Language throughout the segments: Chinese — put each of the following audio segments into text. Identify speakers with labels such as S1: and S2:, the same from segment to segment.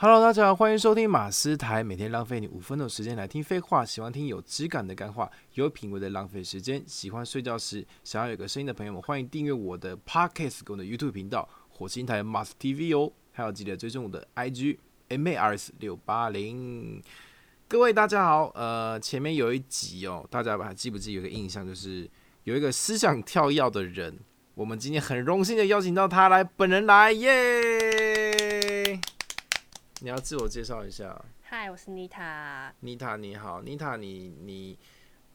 S1: Hello，大家好，欢迎收听马斯台，每天浪费你五分钟的时间来听废话。喜欢听有质感的干话，有品味的浪费时间。喜欢睡觉时想要有个声音的朋友们，欢迎订阅我的 Podcast 跟我的 YouTube 频道火星台 Must TV 哦，还有记得追踪我的 IG MARS 六八零。各位大家好，呃，前面有一集哦，大家还记不记得有个印象，就是有一个思想跳跃的人，我们今天很荣幸的邀请到他来，本人来耶。你要自我介绍一下，
S2: 嗨，我是妮塔。
S1: 妮塔你好，妮塔你你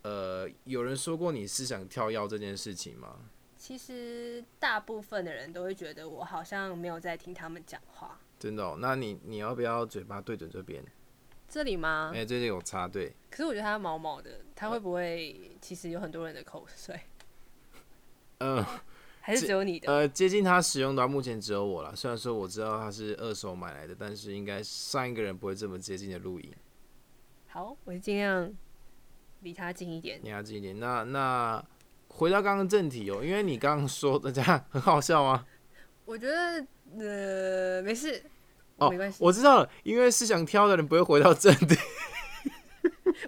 S1: 呃，有人说过你思想跳跃这件事情吗？
S2: 其实大部分的人都会觉得我好像没有在听他们讲话，
S1: 真的哦，那你你要不要嘴巴对准这边？
S2: 这里吗？
S1: 哎、最近有插队，
S2: 可是我觉得它毛毛的，它
S1: 呃
S2: 会不会其实有很多人的口水，
S1: 嗯
S2: 还是
S1: 这
S2: 只有你的？
S1: 呃，接近他使用到目前只有我了。虽然说我知道他是二手买来的，但是应该上一个人不会这么接近的录音。
S2: 好，我尽量离它近一点。
S1: 你要近一点。那那回到刚刚正题哦，因为你刚刚说大家 很好笑吗？
S2: 我觉得呃没事，
S1: 哦
S2: 没关系。
S1: 我知道了，因为思想挑的人不会回到正题。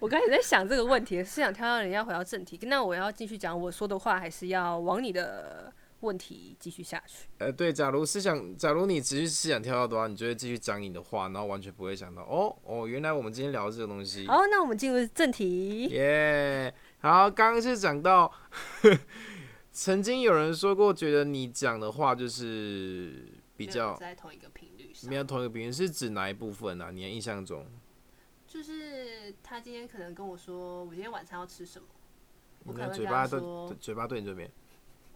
S2: 我刚才在想这个问题，是想挑到人要回到正题，那我要继续讲我说的话，还是要往你的问题继续下去？
S1: 呃，对，假如思想，假如你持续思想跳跃的话，你就会继续讲你的话，然后完全不会想到，哦哦，原来我们今天聊的这个东西。
S2: 好，那我们进入正题。
S1: 耶、好，刚刚是讲到， 曾经有人说过，觉得你讲的话就是比
S2: 没
S1: 较
S2: 有在同一个频率上
S1: 没。有同一个别人，是指哪一部分啊？你的印象中，
S2: 就是他今天可能跟我说，我今天晚餐要吃什么，
S1: 你
S2: 我可能
S1: 的
S2: 会
S1: 嘴
S2: 跟
S1: 巴
S2: 他
S1: 对
S2: 说
S1: 对，嘴巴对你这边，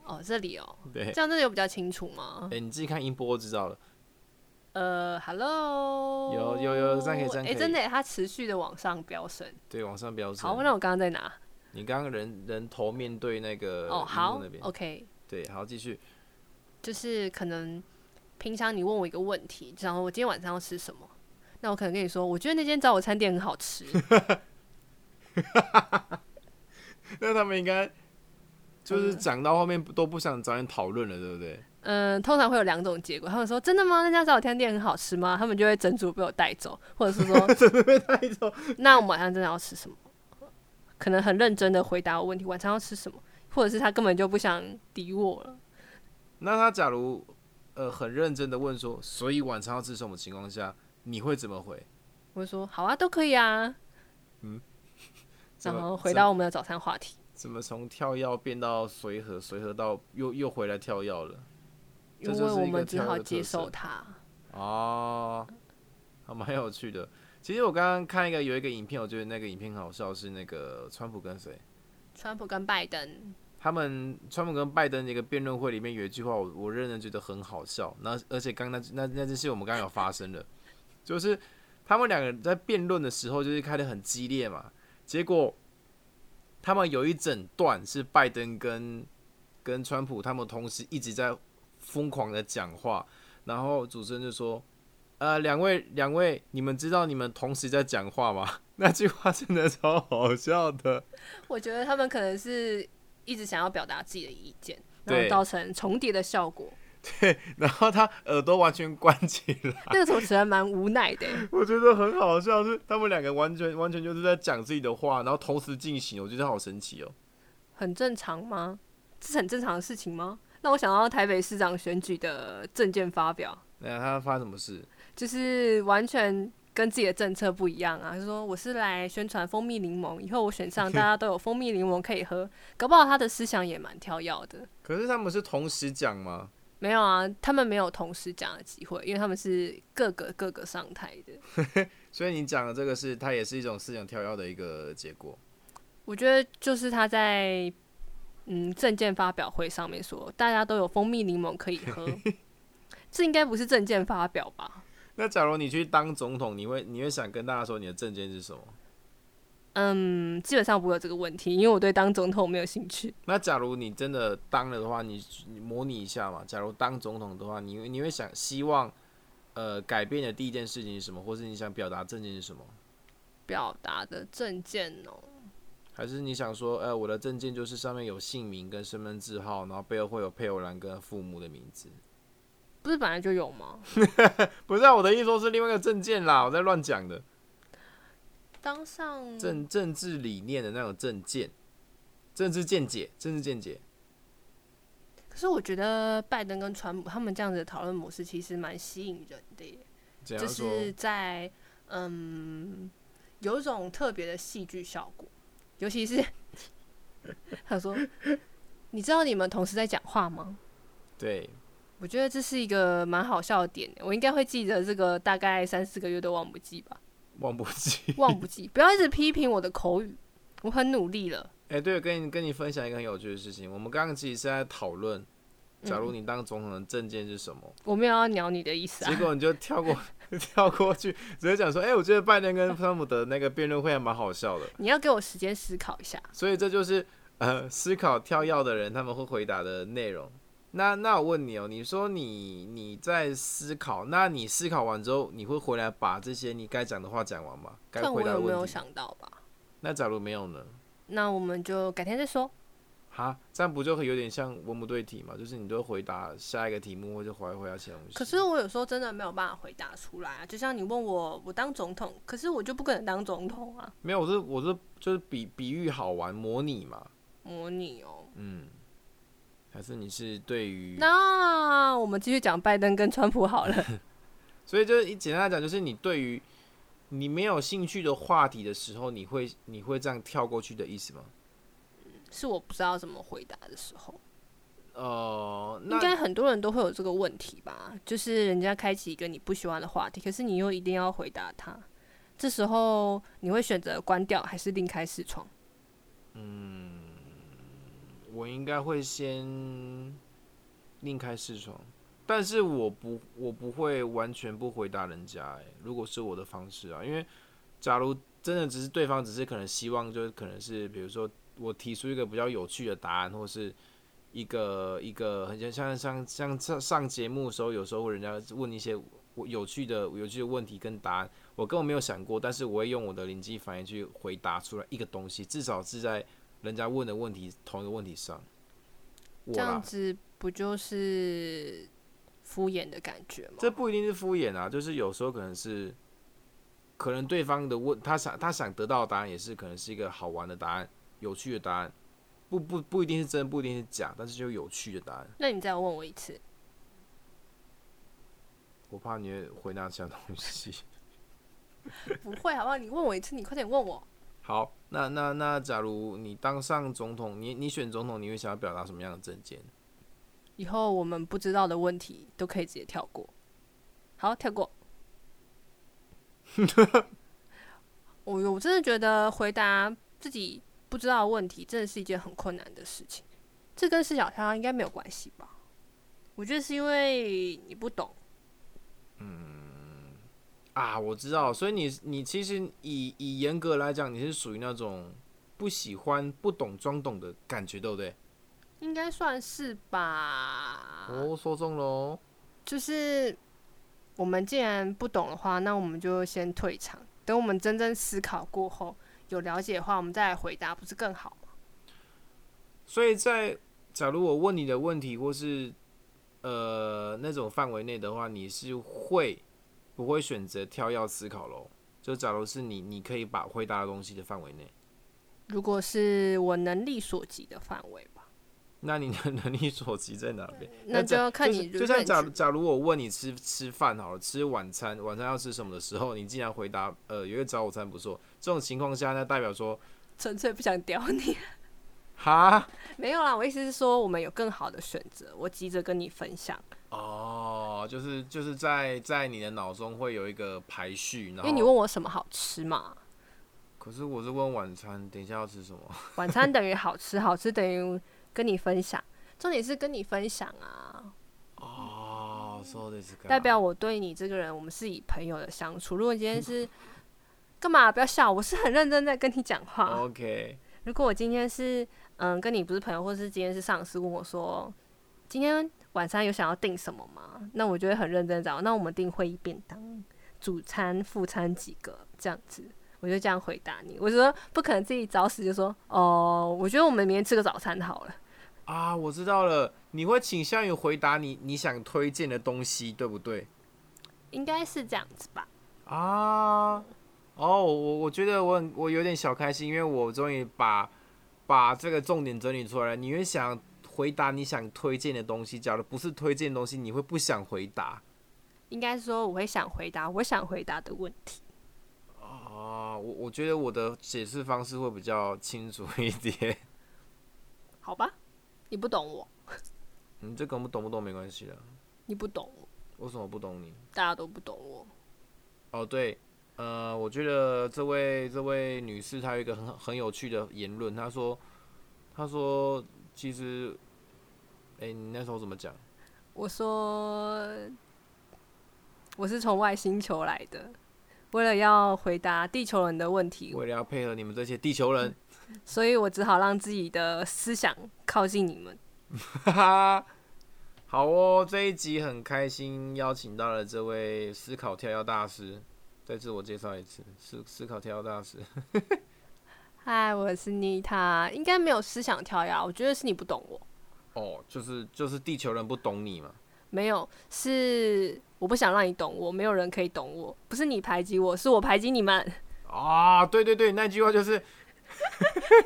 S2: 哦，这里哦，
S1: 对，
S2: 这样真的有比较清楚吗
S1: 哎、？你自己看音波就知道了。
S2: 呃，Hello，
S1: 有有有这样可以这样
S2: 哎，
S1: 可以
S2: 真的耶，它持续的往上飙升。
S1: 对，往上标志。
S2: 好，那我刚刚在哪？
S1: 你刚刚人人头面对那个
S2: 哦，
S1: 荧幕
S2: 好
S1: 呃那边。
S2: ，OK，
S1: 对，好，继续。
S2: 就是可能平常你问我一个问题，然后我今天晚上要吃什么，那我可能跟你说，我觉得那间早午餐店很好吃。
S1: 那他们应该就是
S2: 嗯
S1: 讲到后面不都不想找你讨论了，对不对？
S2: 嗯，通常会有两种结果，他们说真的吗？那家早餐店很好吃吗？他们就会整组被我带走，或者是说 真的被带走。那我们晚上真的要吃什么？可能很认真的回答我问题，晚上要吃什么？或者是他根本就不想理我了。
S1: 那他假如呃很认真的问说，所以晚餐要吃什么情况下，你会怎么回？
S2: 我就说好啊，都可以啊。
S1: 怎么
S2: 然后回
S1: 怎
S2: 到我们的早餐话题，
S1: 怎么从跳跃变到随和，随和到又又回来跳跃了？
S2: 因
S1: 这就
S2: 为
S1: 是一
S2: 我
S1: 个
S2: 们只
S1: 跳跃
S2: 好
S1: 的
S2: 接
S1: 特色
S2: 受它。
S1: 哦，还蛮有趣的。其实我刚刚看一个有一个影片，我觉得那个影片很好笑，是那个川普跟谁？
S2: 川普跟拜登，
S1: 他们川普跟拜登的一个辩论会里面有一句话我，我认真觉得很好笑。那而且刚那那那件事我们刚刚有发生了，就是他们两个人在辩论的时候就是开得很激烈嘛，结果他们有一整段是拜登跟跟川普他们同时一直在疯狂的讲话，然后主持人就说：“呃，两位两位，你们知道你们同时在讲话吗？” 那句话真的超好笑的。
S2: 我觉得他们可能是一直想要表达自己的意见，然
S1: 对
S2: 后造成重叠的效果。
S1: 然后他耳朵完全关起来。
S2: 那个主持人蛮无奈的欸、
S1: 我觉得很好笑，是他们两个完全完全就是在讲自己的话，然后同时进行，我觉得好神奇哦。
S2: 很正常吗？这是很正常的事情吗？让我想到台北市长选举的政见发表，
S1: 那、他发生什么事？
S2: 就是完全跟自己的政策不一样啊。就说我是来宣传蜂蜜柠檬，以后我选上，大家都有蜂蜜柠檬可以喝。搞不好他的思想也蛮跳跃的。
S1: 可是他们是同时讲吗？
S2: 没有啊，他们没有同时讲的机会，因为他们是各个各个上台的。
S1: 所以你讲的这个是，它也是一种思想跳跃的一个结果。
S2: 我觉得就是他在嗯证件发表会上面说，大家都有蜂蜜柠檬可以喝，这应该不是证件发表吧？
S1: 那假如你去当总统，你会你会想跟大家说你的政见是什么？
S2: 嗯，基本上不会有这个问题，因为我对当总统没有兴趣。
S1: 那假如你真的当了的话，你你模拟一下嘛。假如当总统的话，你会你会想希望呃改变的第一件事情是什么，或是你想表达政见是什么？
S2: 表达的证件哦、
S1: 还是你想说，呃，我的证件就是上面有姓名跟身份证号，然后背后会有配偶栏跟父母的名字。
S2: 不不是本来就有吗？
S1: 不是啊，我的意思说是另外一个证件啦，我在乱讲的，
S2: 当上
S1: 政政治理念的那种证件，政治见解，政治见解。
S2: 可是我觉得拜登跟川普他们这样子的讨论模式其实蛮吸引人的耶，
S1: 这样
S2: 就
S1: 啊说，
S2: 是在嗯有一种特别的戏剧效果，尤其 是他说：“你知道你们同时在讲话吗？”
S1: 对，
S2: 我觉得这是一个蛮好笑的点，我应该会记得这个大概三四个月都忘不记吧，
S1: 忘不记。
S2: 忘不记。 不要一直批评我的口语，我很努力了。
S1: 哎、对，跟你跟你分享一个很有趣的事情，我们刚刚其实是在讨论，
S2: 嗯
S1: 假如你当总统的证件是什 么，
S2: 我没有要鸟你的意思
S1: 结
S2: 啊。
S1: 果你就跳过 跳过去，直接讲说，哎、我觉得拜登跟川普的那个辩论会还蛮好笑的，
S2: 你要给我时间思考一下。
S1: 所以这就是呃思考跳跃的人他们会回答的内容。那那我问你哦，你说你你在思考，那你思考完之后，你会回来把这些你该讲的话讲完吗？该
S2: 看我
S1: 回答的
S2: 有没有
S1: 问题。
S2: 想到吧。
S1: 那假如没有呢？
S2: 那我们就改天再说。
S1: 哈，这样不就会有点像文不对题嘛？就是你都回答下一个题目，或者回答回答其他东西。
S2: 可是我有时候真的没有办法回答出来啊，就像你问我，我当总统，可是我就不可能当总统啊。
S1: 没有，我是我是就是比比喻好玩，模拟嘛。
S2: 模拟哦。
S1: 嗯，还是你是对于
S2: 那我们继续讲拜登跟川普好了。
S1: 所以就是一简单来讲，就是你对于你没有兴趣的话题的时候，你会你会这样跳过去的意思吗？
S2: 是我不知道怎么回答的时候。
S1: 呃，
S2: 应
S1: 那
S2: 该很多人都会有这个问题吧，就是人家开启一个你不喜欢的话题，可是你又一定要回答他，这时候你会选择关掉还是另开视窗？
S1: 我应该会先另开视窗，但是我不我不会完全不回答人家、欸。如果是我的方式啊，因为假如真的只是对方只是可能希望，就是可能是比如说我提出一个比较有趣的答案，或是一个一个很像像像像上上节目的时候，有时候人家问一些我有趣的有趣的问题跟答案，我根本没有想过，但是我会用我的灵机反应去回答出来一个东西，至少是在人家问的问题同一个问题上。我
S2: 这样
S1: 啦，
S2: 子不就是敷衍的感觉吗？
S1: 这不一定是敷衍啊，就是有时候可能是，可能对方的问他想他想得到的答案也是可能是一个好玩的答案、有趣的答案，不不不一定是真，不一定是假，但是就有趣的答案。
S2: 那你再问我一次，
S1: 我怕你会回答其他东西。
S2: 不会好不好？你问我一次，你快点问我。
S1: 好，那那那，假如你当上总统，你你选总统，你会想要表达什么样的政见？
S2: 以后我们不知道的问题都可以直接跳过。好，跳过。我我真的觉得回答自己不知道的问题，真的是一件很困难的事情。这跟视角跳应该没有关系吧？我觉得是因为你不懂，
S1: 啊，我知道，所以你你其实以以严格来讲，你是属于那种不喜欢、不懂装懂的感觉，对不对？
S2: 应该算是吧？
S1: 哦，说中喽。
S2: 就是我们既然不懂的话，那我们就先退场，等我们真正思考过后，有了解的话，我们再来回答，不是更好吗？
S1: 所以在假如我问你的问题或是呃那种范围内的话，你是会不会选择跳跃思考喽？就假如是你，你可以把回答的东西的范围内，
S2: 如果是我能力所及的范围吧，
S1: 那你的能力所及在哪边？
S2: 那就
S1: 这
S2: 要
S1: 样
S2: 看
S1: 是
S2: 你
S1: 就像假如
S2: range
S1: 假如我问你吃吃饭好了，吃晚餐，晚餐要吃什么的时候，你竟然回答呃有一个早午餐不错，这种情况下，那代表说
S2: 纯粹不想屌你。
S1: 哈
S2: 没有啦，我意思是说我们有更好的选择，我急着跟你分享，
S1: 哦，就是就是在在你的脑中会有一个排序，然
S2: 因
S1: 后
S2: 为你问我什么好吃嘛，
S1: 可是我是问晚餐，等一下要吃什么？
S2: 晚餐等于好吃，好吃等于跟你分享，重点是跟你分享啊，
S1: 哦，说的是
S2: 代表我对你这个人，我们是以朋友的相处。如果你今天是干嘛？不要笑，我是很认真在跟你讲话。
S1: OK，
S2: 如果我今天是嗯跟你不是朋友，或是今天是上司问我说，今天晚上有想要订什么吗？那我就会很认真找，那我们订会议便当，主餐、副餐几个这样子。我就这样回答你，我觉得不可能自己找死就说哦，我觉得我们明天吃个早餐好了，
S1: 啊，我知道了，你会倾向于回答你你想推荐的东西，对不对？
S2: 应该是这样子吧？
S1: 啊，哦，我我觉得我很我有点小开心，因为我终于把把这个重点整理出来了。你会想回答你想推荐的东西，假如不是推荐的东西，你会不想回答。
S2: 应该说我会想回答我想回答的问题。
S1: 啊，我我觉得我的解释方式会比较清楚一点。
S2: 好吧，你不懂我，
S1: 你嗯这跟我们懂不懂没关系的，
S2: 你不懂我，
S1: 为什么我不懂你？
S2: 大家都不懂我。
S1: 哦，对，呃，我觉得这位这位女士她有一个很很有趣的言论，她说，她说其实，哎、你那时候怎么讲？
S2: 我说我是从外星球来的，为了要回答地球人的问题，
S1: 为了要配合你们这些地球人，
S2: 所以我只好让自己的思想靠近你们。
S1: 哈哈。好哦，这一集很开心，邀请到了这位思考跳跃大师，再自我介绍一次，思思考跳跃大师。
S2: 嗨，我是妮塔，应该没有思想跳跃，我觉得是你不懂我，
S1: 哦，就是就是地球人不懂你嘛。
S2: 没有，是我不想让你懂我，没有人可以懂我，不是你排挤我，是我排挤你们，
S1: 啊，对对对，那句话就是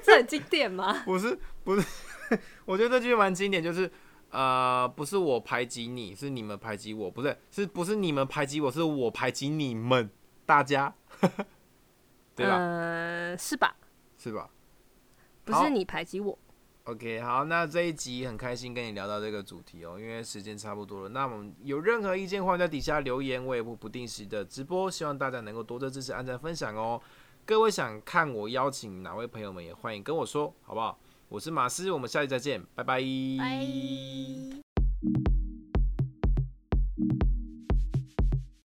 S2: 这很经典吗？
S1: 不是不是， 我觉得这句蛮经典，就是呃，不是我排挤你，是你们排挤我，不是是不是你们排挤我，是我排挤你们大家， 对啊吧？
S2: 嗯、是吧？
S1: 是吧
S2: 不
S1: 好
S2: 是你排挤我，
S1: ？OK，好，那这一集很开心跟你聊到这个主题哦，因为时间差不多了。那我们有任何意见，欢迎在底下留言，我也会不定时的直播，希望大家能够多多支持、按赞、分享哦。各位想看我邀请哪位朋友
S2: 哎
S1: 们，也欢迎跟我说，好不好？我是马斯，我们下期再见，拜拜。
S2: 拜。